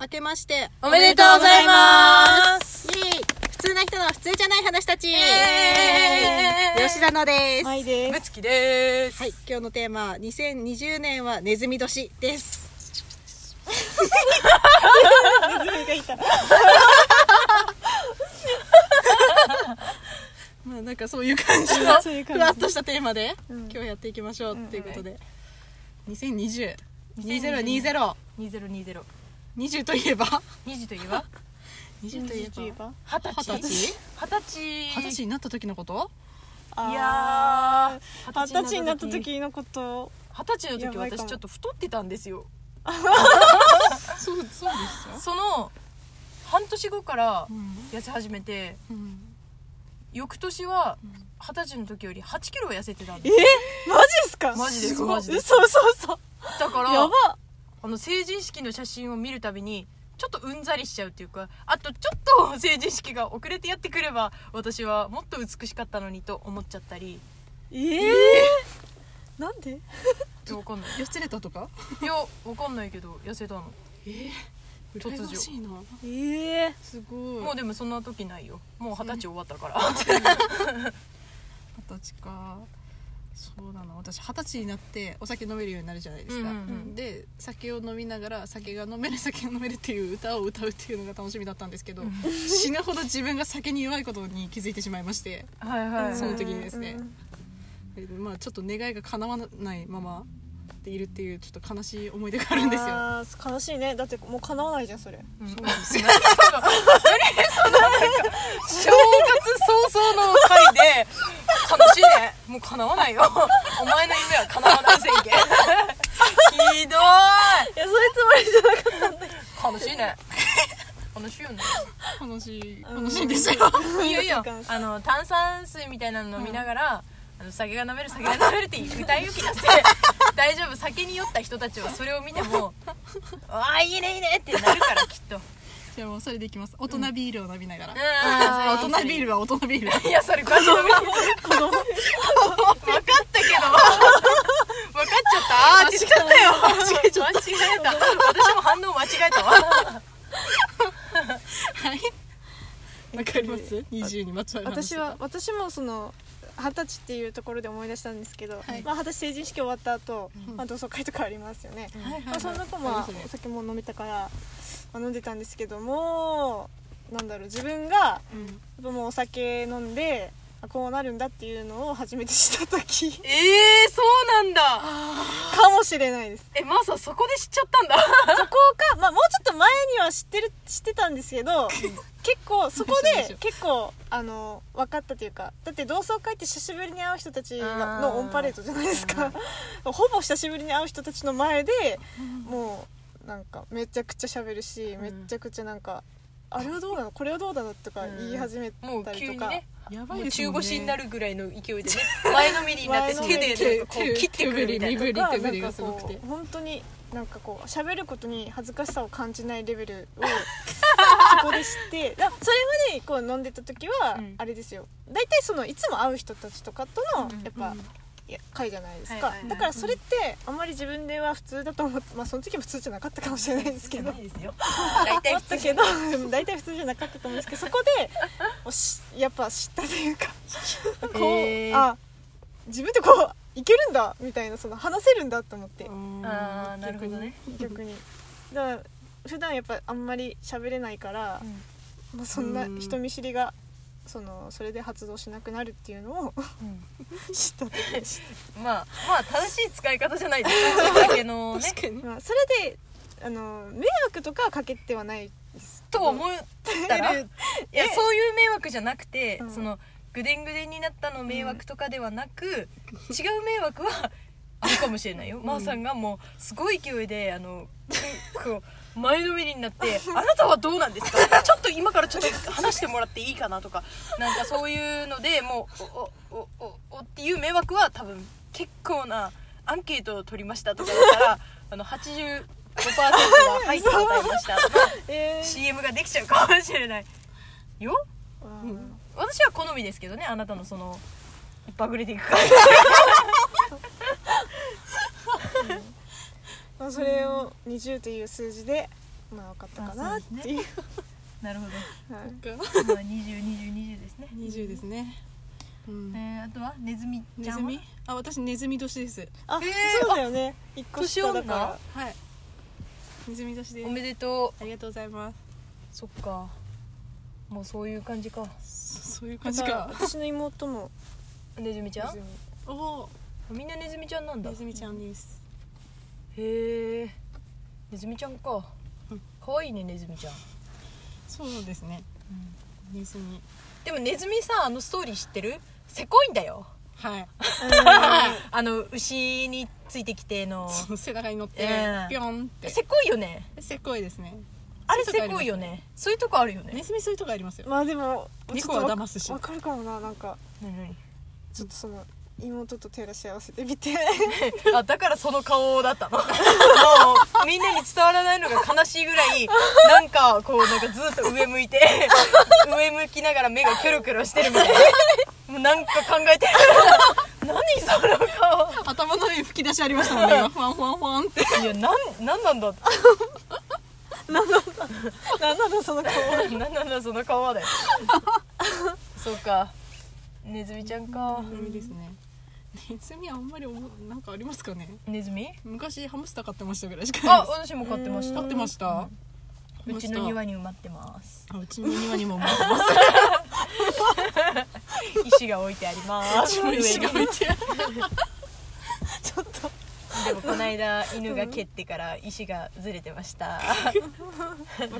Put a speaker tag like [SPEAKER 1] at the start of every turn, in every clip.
[SPEAKER 1] 明けまして
[SPEAKER 2] おめでとうございます
[SPEAKER 1] イエーイ普通な人の普通じゃない話たち
[SPEAKER 2] エーイ
[SPEAKER 1] 吉田のです、
[SPEAKER 3] はいで
[SPEAKER 2] む
[SPEAKER 3] す。
[SPEAKER 2] つきでーす。
[SPEAKER 1] はい、今日のテーマ2020年はネズミ年ですネズミがいたまあなんかそういう感じの
[SPEAKER 3] そういう感
[SPEAKER 1] ふ
[SPEAKER 3] じ
[SPEAKER 1] わっとしたテーマで
[SPEAKER 3] うん
[SPEAKER 1] 今日やっていきましょうっていうことで2020 2020
[SPEAKER 2] 2020。
[SPEAKER 1] 20といえば
[SPEAKER 2] 20といえば
[SPEAKER 1] 20といえば二
[SPEAKER 2] 二十
[SPEAKER 1] 十
[SPEAKER 2] 歳。
[SPEAKER 1] 歳
[SPEAKER 2] 二十
[SPEAKER 1] 二十歳になった時のこと
[SPEAKER 3] あー
[SPEAKER 2] いやー
[SPEAKER 3] 二十歳になった。時のこと。
[SPEAKER 2] 二十歳の時
[SPEAKER 3] やばいかも
[SPEAKER 2] 私ちょっと太ってたんですよ。
[SPEAKER 1] そうそうですよ、
[SPEAKER 2] その、半年後から
[SPEAKER 1] うん
[SPEAKER 2] 痩せ始めて、
[SPEAKER 1] うん、
[SPEAKER 2] 翌年は二十歳の時より8キロ痩せてたん
[SPEAKER 3] え
[SPEAKER 2] で
[SPEAKER 3] マジですか。
[SPEAKER 2] マジです
[SPEAKER 3] ごい
[SPEAKER 2] マジです
[SPEAKER 3] 嘘嘘嘘。
[SPEAKER 2] す。だから、
[SPEAKER 3] やば。
[SPEAKER 2] あの成人式の写真を見るたびにちょっとうんざりしちゃうっていうかあとちょっと成人式が遅れてやってくれば私はもっと美しかったのにと思っちゃったり
[SPEAKER 3] ええ。なんで。
[SPEAKER 2] わかんない
[SPEAKER 1] やつれたとか
[SPEAKER 2] いやわかんないけど痩せたの突如
[SPEAKER 1] 羨ましいな
[SPEAKER 3] ええ。
[SPEAKER 1] すごい
[SPEAKER 2] もうでもそんな時ないよもう二十歳終わったから
[SPEAKER 1] 二十歳かそうだな私二十歳になってお酒飲めるようになるじゃないですか、
[SPEAKER 2] うんうんうん
[SPEAKER 1] で酒を飲みながら酒が飲める酒が飲めるっていう歌を歌うっていうのが楽しみだったんですけど、死ぬほど自分が酒に弱いことに気づいてしまいまして、
[SPEAKER 2] はいはい、はい、
[SPEAKER 1] その時にですね
[SPEAKER 3] うん
[SPEAKER 1] まあ、ちょっと願いが叶わないままでいるっていうちょっと悲しい思い出があるんですよ
[SPEAKER 3] あー悲しいね。だってもう叶わないじゃんそれ。
[SPEAKER 2] うん
[SPEAKER 1] そうですよ
[SPEAKER 2] 正月早々の回で悲しいねもう叶わないよお前の夢は叶わない宣言ひ
[SPEAKER 3] い
[SPEAKER 2] ど
[SPEAKER 3] やそういうつもりじゃなかっ
[SPEAKER 2] い悲しいね悲しいよね
[SPEAKER 1] 楽しい
[SPEAKER 3] うん
[SPEAKER 1] 楽しいんですよ
[SPEAKER 2] いいよいいよ
[SPEAKER 3] なんか
[SPEAKER 2] あの炭酸水みたいなの飲みながら、あの酒が飲める酒が飲めるって歌い受け出して大丈夫酒に酔った人たちはそれを見ても「ああいいねいいね」ってなるからきっと
[SPEAKER 1] じゃあもうそれでいきます大人ビールを飲みながら、
[SPEAKER 2] あ
[SPEAKER 1] 大人ビールは大人ビール
[SPEAKER 2] いやそれ子供分かったけど分かっちゃったあーって言っちゃったよ間違えた私も反応間違えたわ
[SPEAKER 1] はい。わかります。二十にまつわる
[SPEAKER 3] た。
[SPEAKER 1] 話
[SPEAKER 3] 私は私もその。二十歳っていうところで思い出したんですけど、
[SPEAKER 1] はい
[SPEAKER 3] まあ二十歳成人式終わった後、
[SPEAKER 1] うん
[SPEAKER 3] まあ同窓会とかありますよね、
[SPEAKER 1] はいはいはい、
[SPEAKER 3] まあ、その中も
[SPEAKER 1] そうです
[SPEAKER 3] お
[SPEAKER 1] ね
[SPEAKER 3] 酒も飲めたから、まあ飲んでたんですけどもなんだろう自分がや
[SPEAKER 1] うん
[SPEAKER 3] っぱもうお酒飲んであこうなるんだっていうのを初めて知った時
[SPEAKER 2] ええー、そうなんだ
[SPEAKER 3] かもしれないです
[SPEAKER 2] えマーサそこで知っちゃったんだ
[SPEAKER 3] そこか、まあ、もうちょっと前には知ってる知ってたんですけ ど結構そこ
[SPEAKER 1] そうでし
[SPEAKER 3] で
[SPEAKER 1] ょ
[SPEAKER 3] 結構あの分かったというかだって同窓会って久しぶりに会う人たち
[SPEAKER 2] あ
[SPEAKER 3] が
[SPEAKER 2] ー
[SPEAKER 3] のオンパレードじゃないですかほぼ久しぶりに会う人たちの前でもうなんかめちゃくちゃ喋るし
[SPEAKER 2] ん
[SPEAKER 3] めちゃくちゃなんかあれはどうなのこれはどうだのとか言い始め
[SPEAKER 2] もう
[SPEAKER 3] たり
[SPEAKER 2] 急
[SPEAKER 3] と
[SPEAKER 2] に
[SPEAKER 3] か
[SPEAKER 2] ね
[SPEAKER 1] やば
[SPEAKER 2] も
[SPEAKER 1] いうです
[SPEAKER 2] 中
[SPEAKER 1] もんね。
[SPEAKER 2] 腰になるぐらいの勢いでね前のめりになっ
[SPEAKER 3] 前
[SPEAKER 2] て
[SPEAKER 3] の
[SPEAKER 2] 手
[SPEAKER 3] めり
[SPEAKER 2] でなんかこう切ってくるみたい
[SPEAKER 1] 手振り身
[SPEAKER 2] な
[SPEAKER 1] 振り
[SPEAKER 3] が
[SPEAKER 1] 手振
[SPEAKER 3] なん
[SPEAKER 1] りが
[SPEAKER 3] か
[SPEAKER 1] すごく
[SPEAKER 3] こ
[SPEAKER 1] て
[SPEAKER 3] う。本当になんかこう喋ることに恥ずかしさを感じないレベ ルをそこでしてだそれまでこう飲んでた時は
[SPEAKER 2] うん
[SPEAKER 3] あれですよ大体そのいつも会う人たちとかとの
[SPEAKER 2] うん
[SPEAKER 3] やっぱいや会じゃないです
[SPEAKER 2] は
[SPEAKER 3] か
[SPEAKER 2] いはいはい
[SPEAKER 3] だからそれってあんまり自分では普通だと思ってまあその時も普通じゃなかったかもしれないですけど
[SPEAKER 2] いいですよ大体
[SPEAKER 3] あ
[SPEAKER 2] 普
[SPEAKER 3] っ
[SPEAKER 2] 通
[SPEAKER 3] たけど 大体普通じゃなかったと思うんですけどそこでおしやっぱ知ったというかこう、
[SPEAKER 2] えー
[SPEAKER 3] あ自分ってこういけるんだみたいなその話せるんだと思って
[SPEAKER 2] ああなるほどね。
[SPEAKER 3] 逆にだから普段やっぱあんまり喋れないから、まあ、そんな
[SPEAKER 1] うん
[SPEAKER 3] 人見知りがそのそれで発動しなくなるっていうのを 知ったという
[SPEAKER 2] まあまあ正しい使い方じゃないですかお酒のね
[SPEAKER 1] 確かに。
[SPEAKER 3] まあそれであの迷惑とかはかけてはないです
[SPEAKER 2] と思ったらいやそういう迷惑じゃなくて、
[SPEAKER 3] うん
[SPEAKER 2] そのぐでんぐでんになったの迷惑とかではなく、違う迷惑はあるかもしれないよ、まーさんがもうすごい勢いであ のこう前のめりになって「あなたはどうなんですか?」ちょっと今からちょっと話してもらっていいかなとかなんかそういうのでもう「おおおおお」っていう迷惑は多分結構なアンケートを取りましたとかだったらあの85%が「はい」って答えましたとか。
[SPEAKER 3] えー
[SPEAKER 2] CM ができちゃうかもしれないよ
[SPEAKER 3] うん
[SPEAKER 1] ん
[SPEAKER 2] 私は好みですけどねあなたのそのバグれていく感
[SPEAKER 3] まあ、それを20という数字で、まあ分かったかなっていう
[SPEAKER 2] なるほ
[SPEAKER 3] はい
[SPEAKER 2] ど。まあ二十二十二十ですね。
[SPEAKER 1] 20ですね、うん
[SPEAKER 2] えーあとはネズミち
[SPEAKER 1] ネ
[SPEAKER 2] ゃ
[SPEAKER 1] ズ
[SPEAKER 2] んは。
[SPEAKER 1] ミあ私ネズミ年です
[SPEAKER 3] あ、
[SPEAKER 2] えー
[SPEAKER 3] そうだよね一個下だから
[SPEAKER 1] はいネズミ年で
[SPEAKER 2] お
[SPEAKER 1] す
[SPEAKER 2] めでと
[SPEAKER 1] ありがとうございま
[SPEAKER 2] う。そっか。もうそういう感じか。
[SPEAKER 1] すそそういう感
[SPEAKER 3] だ
[SPEAKER 1] じ
[SPEAKER 3] から
[SPEAKER 1] か
[SPEAKER 3] 私の妹も
[SPEAKER 2] ネズミちゃん。
[SPEAKER 1] おお
[SPEAKER 2] みんなネズミちゃんなんだ。
[SPEAKER 1] ネズミちゃんです
[SPEAKER 2] へえ。ネズミちゃんか
[SPEAKER 1] うん。
[SPEAKER 2] 可愛いねネズミちゃん。
[SPEAKER 1] そうですねネズミ
[SPEAKER 2] でもネズミさあのストーリー知ってる？せこいんだよ。
[SPEAKER 1] はい
[SPEAKER 2] あの牛についてきての。
[SPEAKER 1] その背中に乗って
[SPEAKER 2] ええ
[SPEAKER 1] ピョンって
[SPEAKER 2] せこいよね。
[SPEAKER 1] せっこいですね
[SPEAKER 2] あれせこいよね。そういうとこあるよね。
[SPEAKER 1] ネズミそういうとこありますよ
[SPEAKER 3] まあでも
[SPEAKER 1] 猫
[SPEAKER 3] ちょっと
[SPEAKER 1] は
[SPEAKER 3] わ
[SPEAKER 1] 騙すし
[SPEAKER 3] わかるかもななんか
[SPEAKER 2] 何
[SPEAKER 3] ちょっとその妹と照らし合わせてみて
[SPEAKER 2] 々あだからその顔だったの もうみんなに伝わらないのが悲しいぐらいなんかこうなんかずっと上向 いて上向きながら目がキョロキョロしてるみたいなもうなんか考えてる何その顔
[SPEAKER 1] 頭の上に吹き出しありましたもんね 今フワンフワンフワンって
[SPEAKER 2] いやなんなんなんだ
[SPEAKER 3] なんなのその顔
[SPEAKER 2] なんなんだその顔はだよそうかネズミちゃんか
[SPEAKER 1] ネズミですねネズミあんまりおもなんかありますかね
[SPEAKER 2] ネズミ
[SPEAKER 1] 昔ハムスター飼ってましたぐらいしかない
[SPEAKER 2] あ
[SPEAKER 1] で
[SPEAKER 2] 私も飼ってまし
[SPEAKER 1] す
[SPEAKER 2] た
[SPEAKER 1] 飼ってましたハ
[SPEAKER 2] うちの
[SPEAKER 1] ムスター
[SPEAKER 2] 庭に埋まってます
[SPEAKER 1] あうちの庭 にもまあ
[SPEAKER 2] 石が置いてあり ます
[SPEAKER 1] 白い石が置いてある
[SPEAKER 3] ちょっと
[SPEAKER 2] でもこの間犬が蹴ってから石がずれてま した。
[SPEAKER 3] わ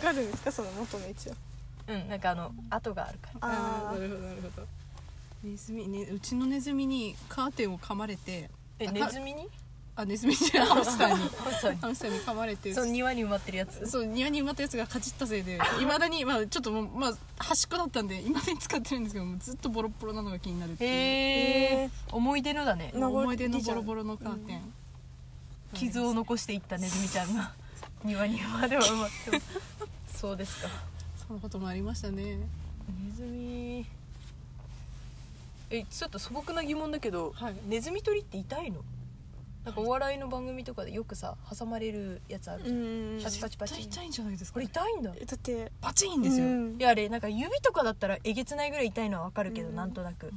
[SPEAKER 3] かるんですかその元の位置は
[SPEAKER 2] うん、なんかあの跡があるから。
[SPEAKER 1] あ
[SPEAKER 3] あ
[SPEAKER 1] ーなるほどなるほどネズミ、ね、うちのネズミにカーテンを噛まれて
[SPEAKER 2] え、
[SPEAKER 1] あ
[SPEAKER 2] ネズミに？
[SPEAKER 1] あネズミじゃないハムスタ ーに
[SPEAKER 2] そう
[SPEAKER 1] ハムスターに噛まれて
[SPEAKER 2] その庭に埋まってるやつ。
[SPEAKER 1] そう庭に埋まったやつがかじったせ いでいまだに、まあ、ちょっともう、まあ、端っこだったんでいまだに使ってるんですけどもうずっとボロッボロなのが気になるっていう
[SPEAKER 2] へえ。思い出のだね。
[SPEAKER 3] な
[SPEAKER 1] 思い出のボロボロのカーテン、
[SPEAKER 2] 傷を残していったネズミちゃんが 庭にまでは埋まってます。そうですか。
[SPEAKER 1] そのこともありましたね
[SPEAKER 2] ネズミ。え、ちょっと素朴な疑問だけど、
[SPEAKER 1] はい
[SPEAKER 2] ネズミ捕りって痛いの？なんかお笑いの番組とかでよくさ挟まれるやつあ
[SPEAKER 3] う
[SPEAKER 2] るじゃん。
[SPEAKER 3] んだ
[SPEAKER 2] パチパチパチ
[SPEAKER 1] 絶対痛いんじゃないです
[SPEAKER 2] こ
[SPEAKER 1] か
[SPEAKER 2] れ痛いんだ。
[SPEAKER 3] って
[SPEAKER 1] パチンですよ、
[SPEAKER 3] うん
[SPEAKER 2] いやあれなんか指とかだったらえげつないぐらい痛いのはわかるけど、
[SPEAKER 3] うん
[SPEAKER 2] なんとなく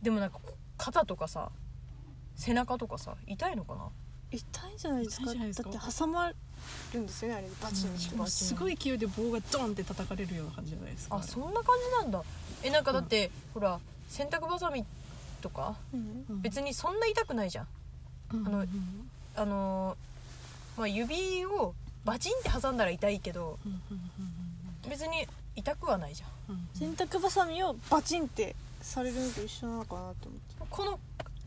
[SPEAKER 2] でもなんかこう肩とかさ背中とかさ痛いのかな
[SPEAKER 3] 痛いんじゃないですか
[SPEAKER 1] 痛いんじゃないですか
[SPEAKER 3] だって挟まるんですよねあれでバチン
[SPEAKER 1] でもすごい勢いで棒がドンって叩かれるような感じじゃないですか
[SPEAKER 2] あそんな感じなんだえなんかだって、ほら洗濯バサミとか
[SPEAKER 3] うん
[SPEAKER 1] うん
[SPEAKER 2] 別にそんな痛くないじゃん
[SPEAKER 1] うん
[SPEAKER 2] あの
[SPEAKER 1] うん
[SPEAKER 2] あのーまあ指をバチンって挟んだら痛いけど
[SPEAKER 1] うん
[SPEAKER 2] 別に痛くはないじゃん
[SPEAKER 1] うんうん
[SPEAKER 3] 洗濯ばさみをバチンってされるのと一緒なのかなと思って
[SPEAKER 2] この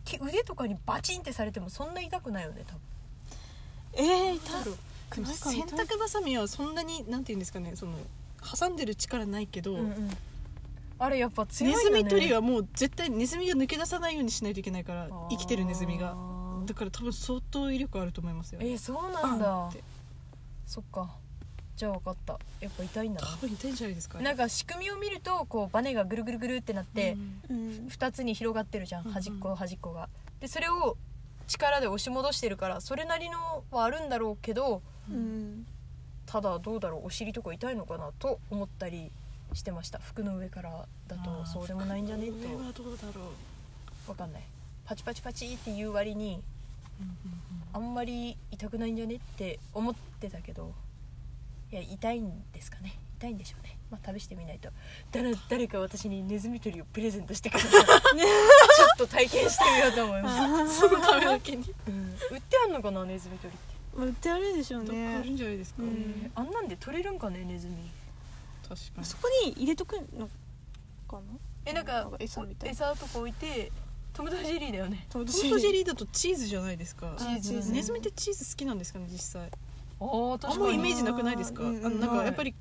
[SPEAKER 2] き腕とかにバチンってされてもそんな痛くないよね多分
[SPEAKER 3] えー、痛い
[SPEAKER 1] でも洗濯バサミはそんなになんて言うんですかねその挟んでる力ないけど、
[SPEAKER 2] うんうんあれやっぱ強
[SPEAKER 1] ネ
[SPEAKER 2] いよ
[SPEAKER 1] ズ
[SPEAKER 2] ね
[SPEAKER 1] ミ取りはもう絶対ネズミが抜け出さないようにしないといけないから生きてるネズミが
[SPEAKER 2] あー
[SPEAKER 1] だから多分相当威力あると思いますよ
[SPEAKER 2] えーそうな
[SPEAKER 1] バ
[SPEAKER 2] ん
[SPEAKER 1] ン
[SPEAKER 2] だ
[SPEAKER 1] って
[SPEAKER 2] そっかじゃあ分かったやっぱ痛いんだ
[SPEAKER 1] 多分痛いんじゃないですか
[SPEAKER 2] ななんか仕組みを見るとこうバネがぐるぐるぐるってなって
[SPEAKER 1] うん
[SPEAKER 3] うん
[SPEAKER 2] 2つに広がってるじゃん
[SPEAKER 1] うんうん
[SPEAKER 2] 端っこ端っこがでそれを力で押し戻してるからそれなりのはあるんだろうけど
[SPEAKER 3] うん
[SPEAKER 2] ただどうだろうお尻とか痛いのかなと思ったりしてました服の上からだ
[SPEAKER 1] あ
[SPEAKER 2] と
[SPEAKER 1] ー
[SPEAKER 2] そうでもないんじゃねえ
[SPEAKER 1] これはどうだろう、
[SPEAKER 2] と分かんないパチパチパチっていう割にあんまり痛くないんじゃねって思ってたけどいや痛いんですかね痛いんでしょうねまあ試してみないとだら誰か私にネズミ捕りをプレゼントしてくれ たらちょっと体験してみようと思いま す、
[SPEAKER 1] そのためだけにど
[SPEAKER 2] うん売ってあんのかなネズミ捕りって
[SPEAKER 3] まあ売ってあるでしょう
[SPEAKER 1] っかあ
[SPEAKER 3] ね
[SPEAKER 1] るんじゃないですか、
[SPEAKER 3] うん
[SPEAKER 2] あんなんで取れるんかねネズミ
[SPEAKER 1] 確かに
[SPEAKER 3] そこに入れとくのかな
[SPEAKER 2] えなんか
[SPEAKER 3] なんか餌みたい
[SPEAKER 2] 餌とか置いてトムとジェリーだよね
[SPEAKER 3] トマト
[SPEAKER 1] トマトジェリーだとチーズじゃないですか
[SPEAKER 2] あーチーズ
[SPEAKER 1] ネズミってチーズ好きなんですかね実際
[SPEAKER 2] あ
[SPEAKER 1] あん
[SPEAKER 2] 確
[SPEAKER 1] ま
[SPEAKER 2] か
[SPEAKER 1] イ
[SPEAKER 2] に
[SPEAKER 1] メージなくないですかあ
[SPEAKER 3] う
[SPEAKER 1] の
[SPEAKER 3] ん
[SPEAKER 1] なん
[SPEAKER 2] は
[SPEAKER 1] か
[SPEAKER 2] い
[SPEAKER 1] やっぱり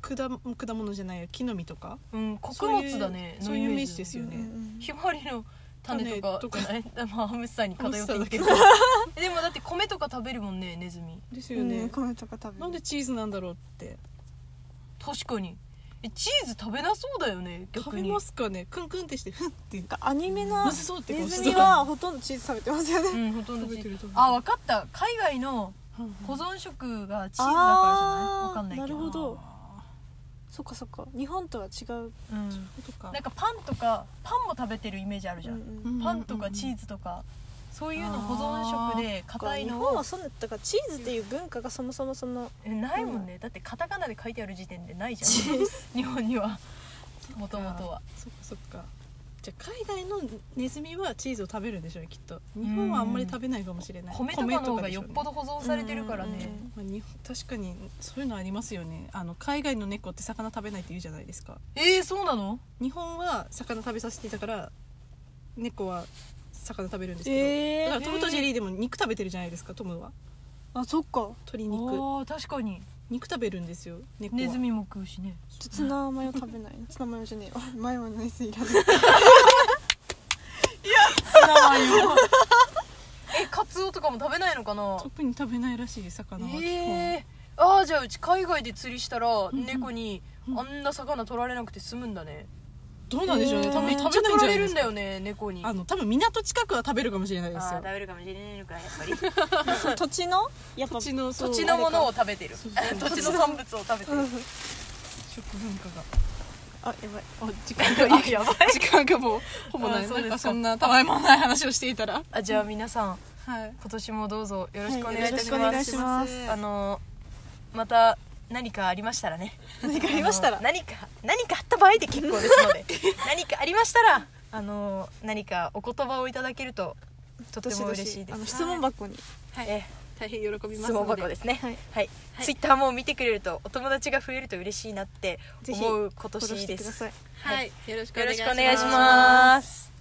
[SPEAKER 1] 果果物じゃないよ木の実とか
[SPEAKER 2] うん穀物だね
[SPEAKER 1] そういう
[SPEAKER 2] の
[SPEAKER 1] そういうイメージですよね
[SPEAKER 2] ひまわりの種とか
[SPEAKER 1] 種
[SPEAKER 2] じゃない まあハムスターに偏っていくけどでもだって米とか食べるもんねネズミ
[SPEAKER 1] です
[SPEAKER 3] う
[SPEAKER 1] よ
[SPEAKER 3] ん
[SPEAKER 1] ね、
[SPEAKER 3] うん米とか食べ
[SPEAKER 1] なんでチーズなんだろうって
[SPEAKER 2] 確かにえチーズ食べなそうだよね
[SPEAKER 1] 食
[SPEAKER 2] 逆
[SPEAKER 1] べ
[SPEAKER 2] に
[SPEAKER 1] ますかねクンクンってしてフンって
[SPEAKER 3] なんかアニメの
[SPEAKER 1] まずそうって
[SPEAKER 3] ネ
[SPEAKER 1] 顔して
[SPEAKER 3] ズ
[SPEAKER 1] た
[SPEAKER 3] ミはほとんどチーズ食べてますよ
[SPEAKER 2] う
[SPEAKER 3] ね
[SPEAKER 2] んほとんど
[SPEAKER 1] 食
[SPEAKER 2] チ
[SPEAKER 1] べて
[SPEAKER 2] ー
[SPEAKER 1] る
[SPEAKER 2] ズ
[SPEAKER 1] 食べてる
[SPEAKER 2] あ分かった海外の保存食がチーズだからじゃない
[SPEAKER 3] あ
[SPEAKER 2] わ
[SPEAKER 3] ー
[SPEAKER 2] かんないけど
[SPEAKER 3] なるほどそっかそっか日本とは違う
[SPEAKER 2] うん
[SPEAKER 1] とか
[SPEAKER 2] なんかパンとかパンも食べてるイメージあるじゃん、
[SPEAKER 1] うん
[SPEAKER 2] パンとかチーズとかそういうの保存食で硬い
[SPEAKER 3] 日
[SPEAKER 2] の
[SPEAKER 3] 本
[SPEAKER 2] を
[SPEAKER 3] はそうだったからチーズっていう文化がそもそもその
[SPEAKER 2] えないもんねだってカタカナで書いてある時点でないじゃん日本にはもともとは
[SPEAKER 1] そっかそっかじゃあ海外のネズミはチーズを食べるんでしょうねきっと日本はあんまり食べないかもしれない
[SPEAKER 2] 米とかの方が
[SPEAKER 1] でし
[SPEAKER 2] よ
[SPEAKER 1] ょ
[SPEAKER 2] っ
[SPEAKER 1] うね
[SPEAKER 2] ぽど保存されてるからね
[SPEAKER 1] まあ、日本確かにそういうのありますよねあの海外の猫って魚食べないって言うじゃないですか
[SPEAKER 2] えー、そうなの
[SPEAKER 1] 日本は魚食べさせていたから猫は魚食べるんですけど、
[SPEAKER 3] え
[SPEAKER 1] だからトムとジェリーでも肉食べてるじゃないですかトムは
[SPEAKER 3] あそっか
[SPEAKER 1] 鶏肉
[SPEAKER 2] あー確かに
[SPEAKER 1] 肉食べるんですよ猫は
[SPEAKER 2] ネズミも食うしね
[SPEAKER 3] ツナマヨ食べない なツナマヨじゃねえわ前はナイスいらない
[SPEAKER 2] えカツオとかも食べないのかな
[SPEAKER 1] 特に食べないらしい魚は基本、
[SPEAKER 2] えー、あーじゃあうち海外で釣りしたら
[SPEAKER 1] ん
[SPEAKER 2] 猫にあんな魚取られなくて済むんだね
[SPEAKER 1] どうなんでしょうね、
[SPEAKER 3] えー
[SPEAKER 1] 多
[SPEAKER 2] め
[SPEAKER 1] 分
[SPEAKER 2] っちゃ
[SPEAKER 1] 食べ
[SPEAKER 2] 取
[SPEAKER 1] ないんじゃ
[SPEAKER 2] ら
[SPEAKER 1] な
[SPEAKER 2] れ
[SPEAKER 1] いです
[SPEAKER 2] るん
[SPEAKER 1] か
[SPEAKER 2] だよね猫に
[SPEAKER 1] あの多分港近くは食べるかもしれないです
[SPEAKER 2] あー
[SPEAKER 1] よ
[SPEAKER 2] 食べるかもしれないのかやっぱり
[SPEAKER 3] 土地のやっぱ
[SPEAKER 1] 土地のそう
[SPEAKER 2] 土地のもの
[SPEAKER 1] あ
[SPEAKER 2] を食べてる
[SPEAKER 1] そうそう
[SPEAKER 2] 土地の産物を食べて
[SPEAKER 3] うん
[SPEAKER 2] る
[SPEAKER 1] れか食文 化が
[SPEAKER 3] あやばい
[SPEAKER 1] あ時間が
[SPEAKER 2] やばい
[SPEAKER 1] 時間がもうほぼな
[SPEAKER 2] あ
[SPEAKER 1] い
[SPEAKER 2] そう
[SPEAKER 1] な
[SPEAKER 2] です
[SPEAKER 1] ん
[SPEAKER 2] か
[SPEAKER 1] かそんなたわいもない話をしていたら
[SPEAKER 2] あじゃあ皆さん
[SPEAKER 1] はい
[SPEAKER 2] 今年もどうぞよろしくお願いい
[SPEAKER 3] はいよ
[SPEAKER 2] たし
[SPEAKER 3] ろしくお
[SPEAKER 2] ま
[SPEAKER 3] 願い
[SPEAKER 2] す,、
[SPEAKER 3] します
[SPEAKER 2] あのまた何かありましたらね
[SPEAKER 3] 何 かありました
[SPEAKER 2] あ
[SPEAKER 3] ら
[SPEAKER 2] の何か何かあった場合で結構ですので 何かありましたらあの何かお言葉をいただけると とても嬉しいで
[SPEAKER 3] あの
[SPEAKER 2] す
[SPEAKER 3] 質問箱に
[SPEAKER 2] え
[SPEAKER 1] 大変喜びま
[SPEAKER 2] え質
[SPEAKER 1] す
[SPEAKER 2] 問
[SPEAKER 1] の
[SPEAKER 2] 箱
[SPEAKER 1] で
[SPEAKER 2] ですね
[SPEAKER 3] は
[SPEAKER 2] はいい、ツイッターも見てくれるとお友達が増えると嬉しいなって
[SPEAKER 3] ぜひ
[SPEAKER 2] 思う今
[SPEAKER 3] フォローし
[SPEAKER 2] 年
[SPEAKER 3] て
[SPEAKER 2] で
[SPEAKER 3] くだ
[SPEAKER 2] す
[SPEAKER 3] さい
[SPEAKER 1] はいよろしくお願
[SPEAKER 2] よろ
[SPEAKER 1] い
[SPEAKER 2] し
[SPEAKER 1] し
[SPEAKER 2] くお
[SPEAKER 1] ます
[SPEAKER 2] 願いします